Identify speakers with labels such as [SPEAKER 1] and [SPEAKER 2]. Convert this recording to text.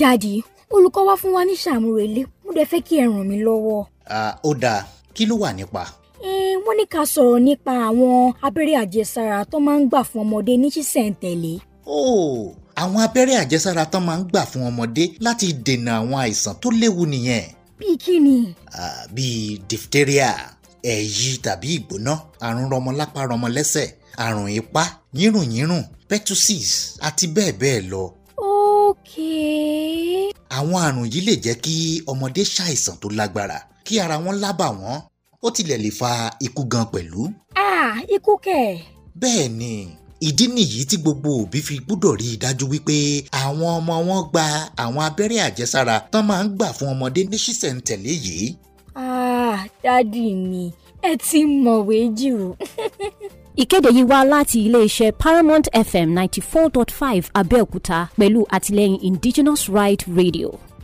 [SPEAKER 1] dádì olùkọ́ wá fún wa ní sàmúrelé mo dẹ̀ fẹ́ kí ẹ ràn mí lọ́wọ́.
[SPEAKER 2] Ah, ó dáa kí ló wà nípa.
[SPEAKER 1] ẹ wọ́n ní ká sọ̀rọ̀ nípa àwọn abẹ́rẹ́ àjẹsára tó máa ń gbà fún ọmọdé ní ṣísẹ̀ntẹ̀lé.
[SPEAKER 2] óò àwọn abẹ́rẹ́ àjẹsára tán máa ń gbà fún ọmọdé láti dènà àwọn àìsàn tó léwu nìyẹn
[SPEAKER 1] bíi kí ni
[SPEAKER 2] Ah, bíi diphtheria ẹ̀yí tàbí ìgbóná àrùn rọmọlápá rọmọlẹ́sẹ̀ àrùn ipá yírùnyírùn pertussis àti bẹ́ẹ̀ bẹ́ẹ̀ lọ
[SPEAKER 1] ókè.
[SPEAKER 2] àwọn àrùn yìí lè jẹ́ kí ọmọdé ṣàìsàn tó lágbára kí ara wọn lábà wọ́n ó tilẹ̀ lè fa ikú gan pẹ̀lú.
[SPEAKER 1] ah ikú kẹ̀.
[SPEAKER 2] bẹ́ẹ̀ ni ìdí nìyí tí gbogbo òbí fi gbúdọ̀ rí i dájú wípé àwọn ọmọ wọn gba àwọn abẹ́rẹ́ àjẹsára tán máa ń gbà fún ọmọdé ní ṣísẹ̀ntẹ̀lé yìí.
[SPEAKER 1] ah dádì mi ẹ ti mọ̀wé jù.
[SPEAKER 3] Ìkéde yìí wá láti iléeṣẹ́ Paramount FM ninety four point five Abẹ́òkúta pẹ̀lú àtìlẹ́yìn Indigenous Right Radio.